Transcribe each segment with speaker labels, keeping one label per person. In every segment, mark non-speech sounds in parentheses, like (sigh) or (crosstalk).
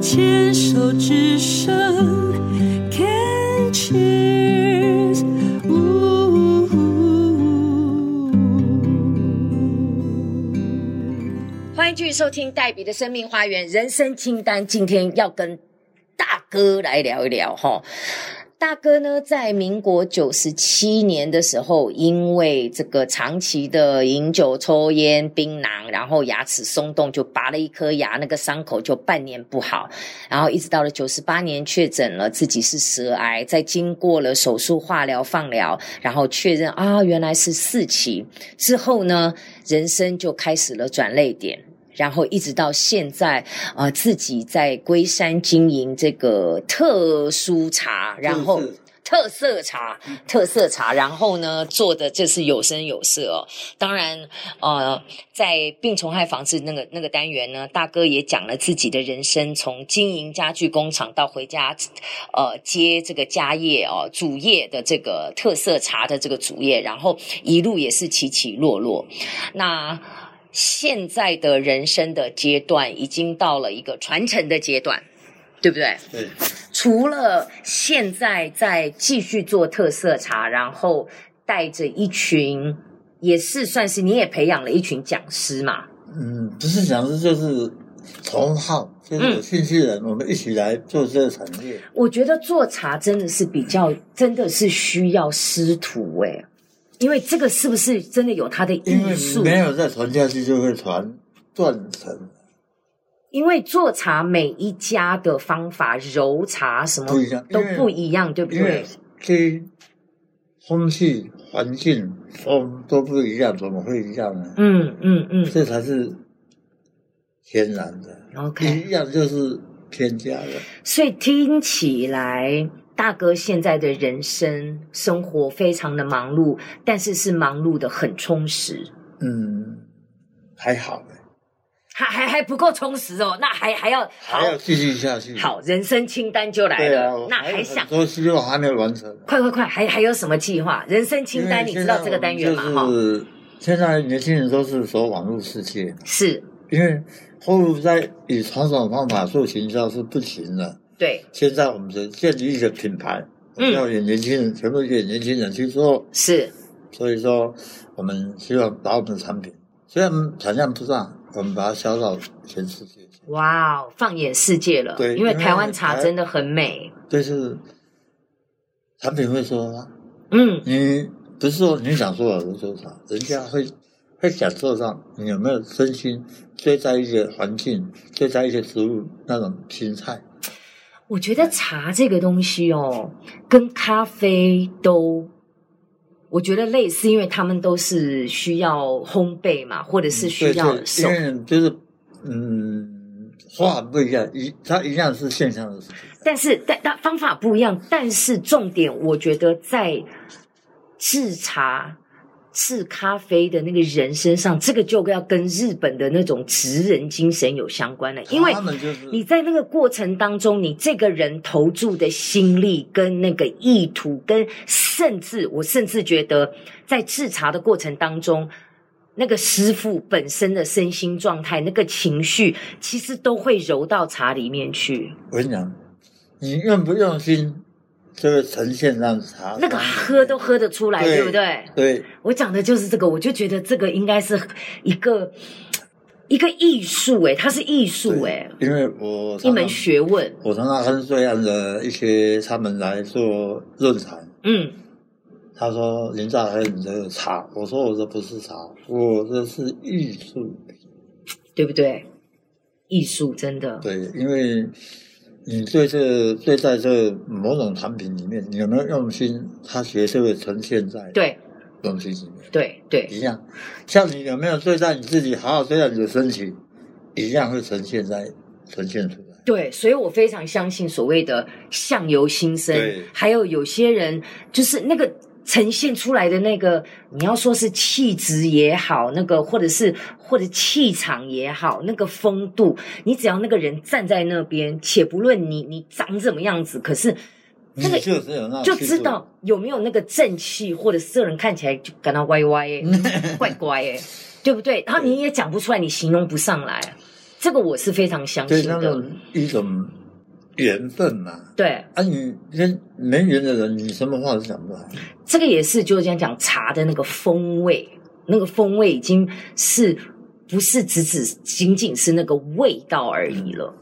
Speaker 1: 牵手之声，Can cheers。
Speaker 2: 欢迎继续收听黛比的生命花园人生清单。今天要跟大哥来聊一聊哈。大哥呢，在民国九十七年的时候，因为这个长期的饮酒、抽烟、槟榔，然后牙齿松动，就拔了一颗牙，那个伤口就半年不好，然后一直到了九十八年确诊了自己是舌癌，在经过了手术、化疗、放疗，然后确认啊原来是四期，之后呢，人生就开始了转泪点。然后一直到现在，呃，自己在龟山经营这个特殊茶，然后
Speaker 3: 是
Speaker 2: 特色茶，特色茶，然后呢做的就是有声有色哦。当然，呃，在病虫害防治那个那个单元呢，大哥也讲了自己的人生，从经营家具工厂到回家，呃，接这个家业哦，主业的这个特色茶的这个主业，然后一路也是起起落落。那现在的人生的阶段，已经到了一个传承的阶段，对不对？
Speaker 3: 对，
Speaker 2: 除了现在在继续做特色茶，然后带着一群，也是算是你也培养了一群讲师嘛，
Speaker 3: 嗯，不是讲师就是同好，就是有兴趣的人，我们一起来做这个产业。
Speaker 2: 我觉得做茶真的是比较，真的是需要师徒诶、因为这个是不是真的有它的
Speaker 3: 因
Speaker 2: 艺
Speaker 3: 为
Speaker 2: 术？
Speaker 3: 没有再传下去，就会传断层，
Speaker 2: 因为做茶每一家的方法揉茶什么
Speaker 3: 不一样
Speaker 2: 都
Speaker 3: 因为
Speaker 2: 不一样，对不
Speaker 3: 因为
Speaker 2: 对？
Speaker 3: 这空气、环境、风都不一样，怎么会一样呢？
Speaker 2: 嗯嗯嗯
Speaker 3: 这才是天然的，
Speaker 2: ，OK。
Speaker 3: 一样就是添加的。
Speaker 2: 所以听起来，大哥现在的人生生活非常的忙碌，但是是忙碌的很充实，
Speaker 3: 嗯，还好，
Speaker 2: 还还还不够充实哦，那还还要好
Speaker 3: 还要继续下去。，
Speaker 2: 好人生清单就来
Speaker 3: 对
Speaker 2: 了，
Speaker 3: 啊，我
Speaker 2: 那
Speaker 3: 有
Speaker 2: 还想
Speaker 3: 很多希望还没有完成。
Speaker 2: 快快快，还还有什么计划？人生清单你知道这个单元吗？哈、
Speaker 3: 就是现在年轻人都是走网络世界，
Speaker 2: 是，
Speaker 3: 因为后路在以传统方法做行销是不行的。
Speaker 2: 对，
Speaker 3: 现在我们是建立一个品牌，我
Speaker 2: 嗯
Speaker 3: 们要给年轻人，全部给年轻人去做。
Speaker 2: 是，
Speaker 3: 所以说，我们希望把我们的产品，虽然产量不大，我们把它销到全世界。
Speaker 2: 哇哦，放眼世界了，
Speaker 3: 对
Speaker 2: 因为
Speaker 3: 因为
Speaker 2: 台湾茶
Speaker 3: 台
Speaker 2: 真的很美，
Speaker 3: 就是产品会说话，
Speaker 2: 嗯，
Speaker 3: 你不是说你想做的多少，人家会会感受到你有没有真心对待一些环境、对待一些植物那种心态。
Speaker 2: 我觉得茶这个东西哦，跟咖啡都。我觉得类似，因为他们都是需要烘焙嘛，或者是需
Speaker 3: 嗯对
Speaker 2: 要
Speaker 3: 对，
Speaker 2: 手
Speaker 3: 因为就是嗯，话不一样，一它一样是现象的事情。
Speaker 2: 但是但但方法不一样，但是重点我觉得在制茶、制咖啡的那个人身上，这个就要跟日本的那种职人精神有相关了，因为
Speaker 3: 他们就是
Speaker 2: 你在那个过程当中，你这个人投注的心力跟那个意图，跟甚至我甚至觉得，在制茶的过程当中，那个师傅本身的身心状态、那个情绪，其实都会揉到茶里面去。
Speaker 3: 我跟你讲，你用不用心，就会呈现让茶
Speaker 2: 那个喝都喝得出来，
Speaker 3: 对
Speaker 2: 对不对？
Speaker 3: 对，
Speaker 2: 我讲的就是这个，我就觉得这个应该是一个一个艺术、欸诶，它是艺术、诶，
Speaker 3: 因为我
Speaker 2: 一
Speaker 3: 常
Speaker 2: 门欸
Speaker 3: 常
Speaker 2: 学问。
Speaker 3: 我常常跟这样的一些他们来做论坛。
Speaker 2: 嗯，
Speaker 3: 他说：“林大还有你这个茶。”我说：“我这不是茶，我这是艺术。
Speaker 2: 对不对？艺术真的”
Speaker 3: 对，因为你对这对待这某种产品里面，你有没有用心，它绝对会呈现在
Speaker 2: 对
Speaker 3: 东西里面。
Speaker 2: 对对，
Speaker 3: 一样，像你有没有对待你自己，好好对待你的身体，一样会呈现在呈现出来。
Speaker 2: 对，所以我非常相信所谓的相由心生
Speaker 3: 对，
Speaker 2: 还有有些人就是那个呈现出来的那个，你要说是气质也好，那个或者是或者气场也好，那个风度，你只要那个人站在那边，且不论你你长什么样子，可是
Speaker 3: 你
Speaker 2: 这个
Speaker 3: 就是有那种
Speaker 2: 就
Speaker 3: 啊气
Speaker 2: 知
Speaker 3: 度
Speaker 2: 道有没有那个正气，或者是这人看起来就感到歪歪
Speaker 3: (laughs)
Speaker 2: 耶、怪怪耶、对不对？然后你也讲不出来，你形容不上来，这个我是非常相
Speaker 3: 对
Speaker 2: 信
Speaker 3: 那
Speaker 2: 的。
Speaker 3: 种一种缘分嘛。
Speaker 2: 对，
Speaker 3: 啊，你跟没缘的人，你什么话都讲不好。
Speaker 2: 这个也是，就是讲讲茶的那个风味，那个风味已经是不是只只仅仅是那个味道而已了，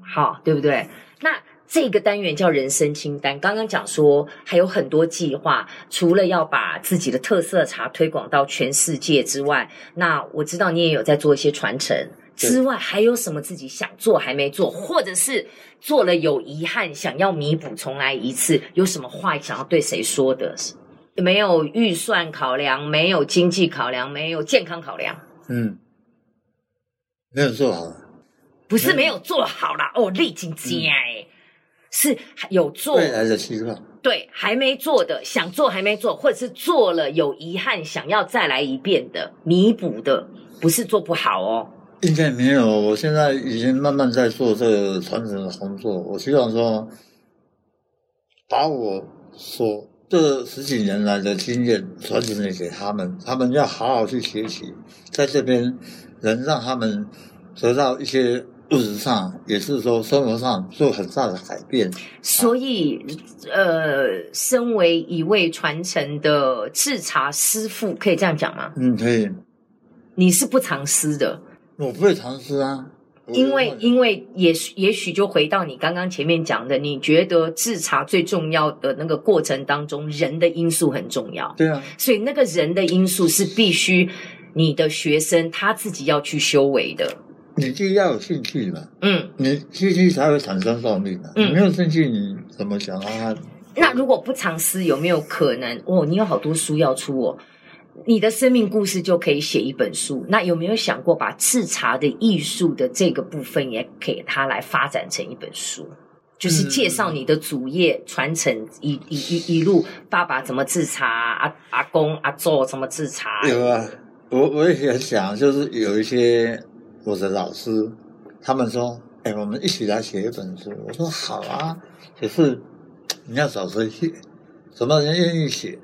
Speaker 2: 好，对不对？那这个单元叫人生清单，刚刚讲说还有很多计划，除了要把自己的特色茶推广到全世界之外，那我知道你也有在做一些传承。
Speaker 3: 对
Speaker 2: 之外还有什么自己想做还没做，或者是做了有遗憾，想要弥补重来一次，有什么话想要对谁说的？没有预算考量，没有经济考量，没有健康考量，
Speaker 3: 嗯，没有做好了。
Speaker 2: 不是没有做好啦，哦，历经惊哎，是有做
Speaker 3: 未来的希望，
Speaker 2: 对还没做的，想做还没做，或者是做了有遗憾，想要再来一遍的弥补的，不是做不好哦，
Speaker 3: 应该没有。我现在已经慢慢在做这个传承的工作。我希望说，把我所这十几年来的经验传承给他们，他们要好好去学习，在这边能让他们得到一些物质上，也是说生活上做很大的改变。
Speaker 2: 所以呃，身为一位传承的制茶师傅，可以这样讲吗？
Speaker 3: 嗯，可以。
Speaker 2: 你是不藏私的，
Speaker 3: 我不会尝试啊，我
Speaker 2: 因为
Speaker 3: 我
Speaker 2: 因为也许也许就回到你刚刚前面讲的，你觉得制茶最重要的那个过程当中，人的因素很重要，
Speaker 3: 对啊，
Speaker 2: 所以那个人的因素是必须你的学生他自己要去修为的。
Speaker 3: 你就要有兴趣嘛。
Speaker 2: 嗯，
Speaker 3: 你兴趣才会产生动力的。
Speaker 2: 嗯
Speaker 3: 你没有兴趣，你怎么想啊？
Speaker 2: 那如果不藏私，有没有可能？哦，你有好多书要出哦。你的生命故事就可以写一本书，那有没有想过把制茶的艺术的这个部分也给它来发展成一本书？就是介绍你的主业传承一一一一路，爸爸怎么制茶，阿阿公阿祖怎么制茶，
Speaker 3: 有啊，我我也想，就是有一些我的老师，他们说：“哎、我们一起来写一本书。”我说：“好啊。”可是你要找谁写？什么人愿意写？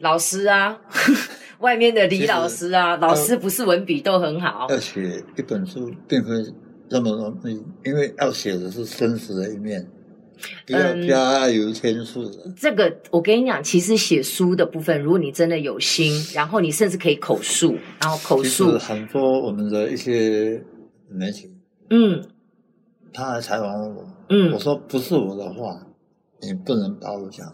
Speaker 2: 老师啊， (laughs) 外面的李老师啊，老师不是文笔都很好，
Speaker 3: 要写一本书，并非那么容易，因为要写的是真实的一面，不要
Speaker 2: 嗯
Speaker 3: 加油添醋的。
Speaker 2: 这个我跟你讲，其实写书的部分，如果你真的有心，然后你甚至可以口述，然后口
Speaker 3: 其实
Speaker 2: 述，
Speaker 3: 很多我们的一些媒体，
Speaker 2: 嗯
Speaker 3: 他来采访我，我
Speaker 2: 嗯，
Speaker 3: 说不是我的话，你不能把我讲。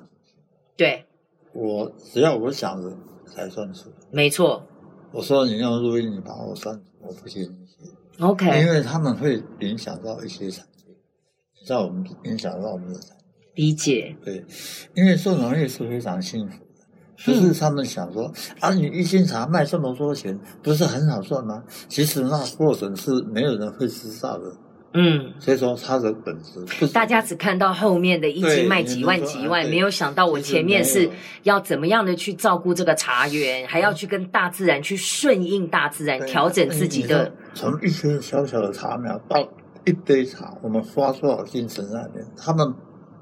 Speaker 2: 对，
Speaker 3: 我只要我想的才算数。
Speaker 2: 没错
Speaker 3: 我说你要录音，你把我删除，我不写你写，因
Speaker 2: ，OK，
Speaker 3: 为他们会影响到一些产业，你知道我们影响到我们的产业。
Speaker 2: 理解，
Speaker 3: 对，因为做农业是非常幸福的，
Speaker 2: 嗯
Speaker 3: 就是他们想说啊，你一斤茶卖这么多钱，不是很好赚吗？其实那过程是没有人会知道的，
Speaker 2: 嗯，
Speaker 3: 所以说它的本质不是
Speaker 2: 大家只看到后面的一集
Speaker 3: 对
Speaker 2: 卖几万
Speaker 3: 你能说
Speaker 2: 几万，
Speaker 3: 啊对
Speaker 2: 没有想到我前面
Speaker 3: 其实没
Speaker 2: 是
Speaker 3: 有嗯
Speaker 2: 要怎么样的去照顾这个茶园，还要去跟大自然去顺应大自然，
Speaker 3: 对
Speaker 2: 调整自己的，。
Speaker 3: 从一些小小的茶苗到一杯茶，我们花多少精神在里面？他们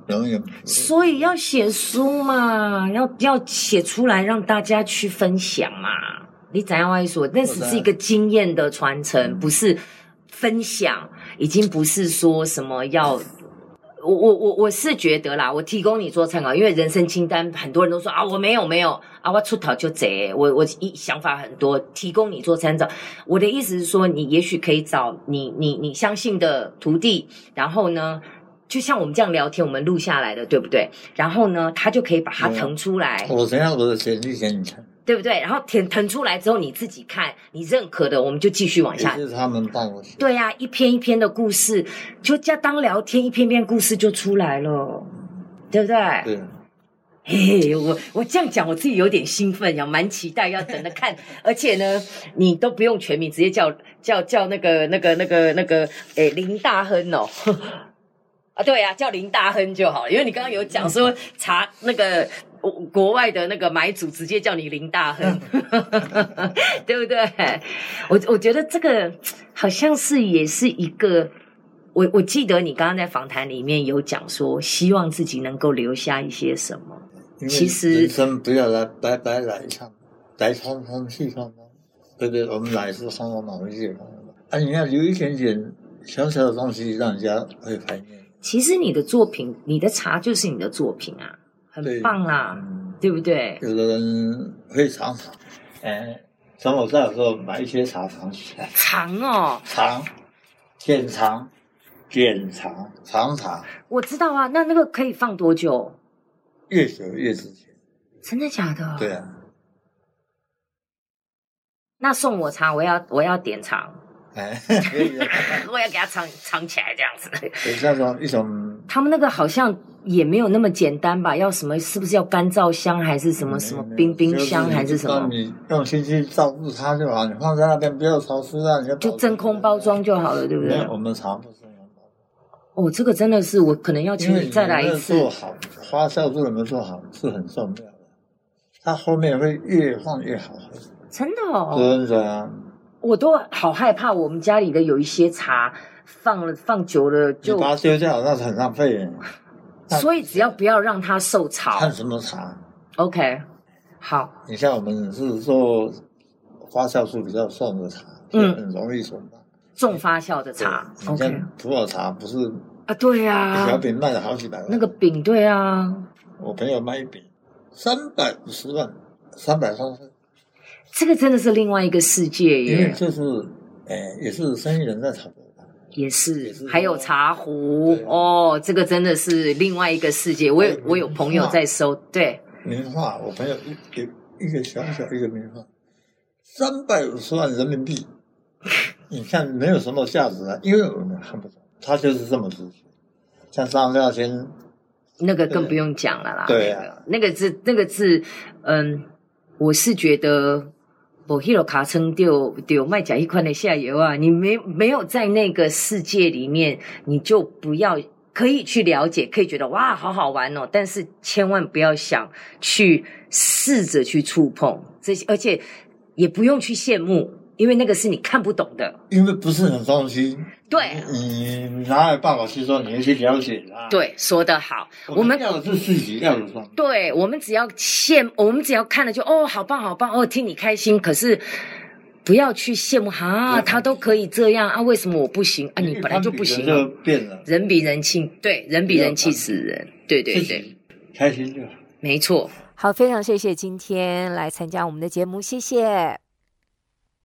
Speaker 3: 永远不会
Speaker 2: 所以要写书嘛，要要写出来让大家去分享嘛。你怎样外说？那只是一个经验的传承，不是分享，已经不是说什么要。我我我我是觉得啦，我提供你做参考，因为人生清单很多人都说啊，我没有没有啊，我出头就贼，我我一想法很多，提供你做参考。我的意思是说，你也许可以找你你你相信的徒弟，然后呢，就像我们这样聊天，我们录下来的，对不对？然后呢，他就可以把它
Speaker 3: 对啊
Speaker 2: 腾出来。
Speaker 3: 我等一下我的简历给你看，
Speaker 2: 对不对？然后腾腾出来之后，你自己看，你认可的，我们就继续往
Speaker 3: 也
Speaker 2: 下。
Speaker 3: 是他们帮我写。
Speaker 2: 对呀、一篇一篇的故事，就这样当聊天，一篇篇故事就出来了，对不对？
Speaker 3: 对，
Speaker 2: 嘿，我我这样讲，我自己有点兴奋，也蛮期待，要等着看。而且呢，你都不用全名，直接叫叫叫那个那个那个那个，诶，林大亨哦。 (laughs) 啊，对啊，叫林大亨就好了，因为你刚刚有讲说查那个我国外的那个买主直接叫你林大亨，对不对？我我觉得这个好像是也是一个，我我记得你刚刚在访谈里面有讲说，希望自己能够留下一些什么。
Speaker 3: 因为
Speaker 2: 其实
Speaker 3: 人生不要来白白来一趟，来匆匆去匆匆，对不对？我们来是匆匆忙回去也匆匆忙，啊，你要留一点点小小的东西，让人家会怀念。
Speaker 2: 其实你的作品，你的茶就是你的作品啊，很
Speaker 3: 对
Speaker 2: 棒啦，
Speaker 3: 嗯
Speaker 2: 对不对？
Speaker 3: 有的人会常常，呃，从我在的时候买一些茶藏起来，
Speaker 2: 长哦，
Speaker 3: 藏，剪藏，剪藏，藏茶，
Speaker 2: 我知道啊，那那个可以放多久？
Speaker 3: 越久越值钱。
Speaker 2: 真的假的？
Speaker 3: 对。啊，
Speaker 2: 那送我茶，我要我要点长， (laughs)
Speaker 3: (laughs) 哎，可以啊，
Speaker 2: 我要给它藏藏起来这样子。 (laughs)
Speaker 3: 有那种一种
Speaker 2: 他们那个好像也没有那么简单吧？要什么？是不是要干燥香，还是什么什么冰冰箱，还是什么？
Speaker 3: 你用心去照顾它就好，你放在那边不要潮湿啊，你
Speaker 2: 就真空包装。就好了，对不
Speaker 3: 没
Speaker 2: 对？
Speaker 3: 有，我们茶不是真空包装。
Speaker 2: 哦，这个真的是我可能要
Speaker 3: 因
Speaker 2: 请
Speaker 3: 为
Speaker 2: 你再来一次
Speaker 3: 做好花销做有没有做好是很重要的，它后面会越放越好喝。
Speaker 2: 真的哦，
Speaker 3: 真的啊，
Speaker 2: 我都好害怕。我们家里的有一些茶放了放久了
Speaker 3: 你
Speaker 2: 就，
Speaker 3: 把它丢掉那是很浪费耶。那
Speaker 2: 所以只要不要让它受
Speaker 3: 看
Speaker 2: 潮
Speaker 3: 什么茶？
Speaker 2: ，OK，好，
Speaker 3: 你像我们是做花酵素比较重的茶，
Speaker 2: 嗯
Speaker 3: 很容易损坏。
Speaker 2: 重发酵的茶
Speaker 3: 对你
Speaker 2: ，OK
Speaker 3: 像普洱茶不是
Speaker 2: 啊，对呀、
Speaker 3: 一小
Speaker 2: 啊，
Speaker 3: 饼卖了好几百万？
Speaker 2: 那个饼对啊，
Speaker 3: 我朋友卖一饼三百五十万，三百三十，
Speaker 2: 这个真的是另外一个世界
Speaker 3: 因为
Speaker 2: 耶，
Speaker 3: 就是，哎、也是生意人在炒作的。
Speaker 2: 也是
Speaker 3: 也是
Speaker 2: 还有茶壶
Speaker 3: 对
Speaker 2: 哦，这个真的是另外一个世界。我有
Speaker 3: 还有
Speaker 2: 我有朋友在收，对，
Speaker 3: 名画，我朋友一一一个小小一个名画，三百五十万人民币，你看没有什么价值啊，因为我们看不懂，它就是这么值钱。像上料先，
Speaker 2: 那个更不用讲了啦。
Speaker 3: 对
Speaker 2: 那
Speaker 3: 啊
Speaker 2: 个，那个是那个是，嗯，我是觉得。我 hero 卡称丢丢卖假一块的下游啊，你没没有在那个世界里面，你就不要可以去了解，可以觉得哇好好玩哦，但是千万不要想去试着去触碰这些，而且也不用去羡慕，因为那个是你看不懂的。
Speaker 3: 因为不是很东西，嗯
Speaker 2: 对
Speaker 3: 你哪有办法去说你要去了解它？，
Speaker 2: 对，说得好，我们
Speaker 3: 要的是自己要的状态。
Speaker 2: 对，我们只要羡，我们只要看了就哦，好棒好棒哦，替你开心。可是不要去羡慕哈、啊，
Speaker 3: 对
Speaker 2: 他都可以这样啊，为什么我不行啊？你本来就不行
Speaker 3: 一攀比的
Speaker 2: 啊
Speaker 3: 就变了，
Speaker 2: 人比人气，对，人比人气死人，对对
Speaker 3: 自
Speaker 2: 对，
Speaker 3: 己开心就好。
Speaker 2: 没错。
Speaker 4: 好，非常谢谢今天来参加我们的节目，谢谢。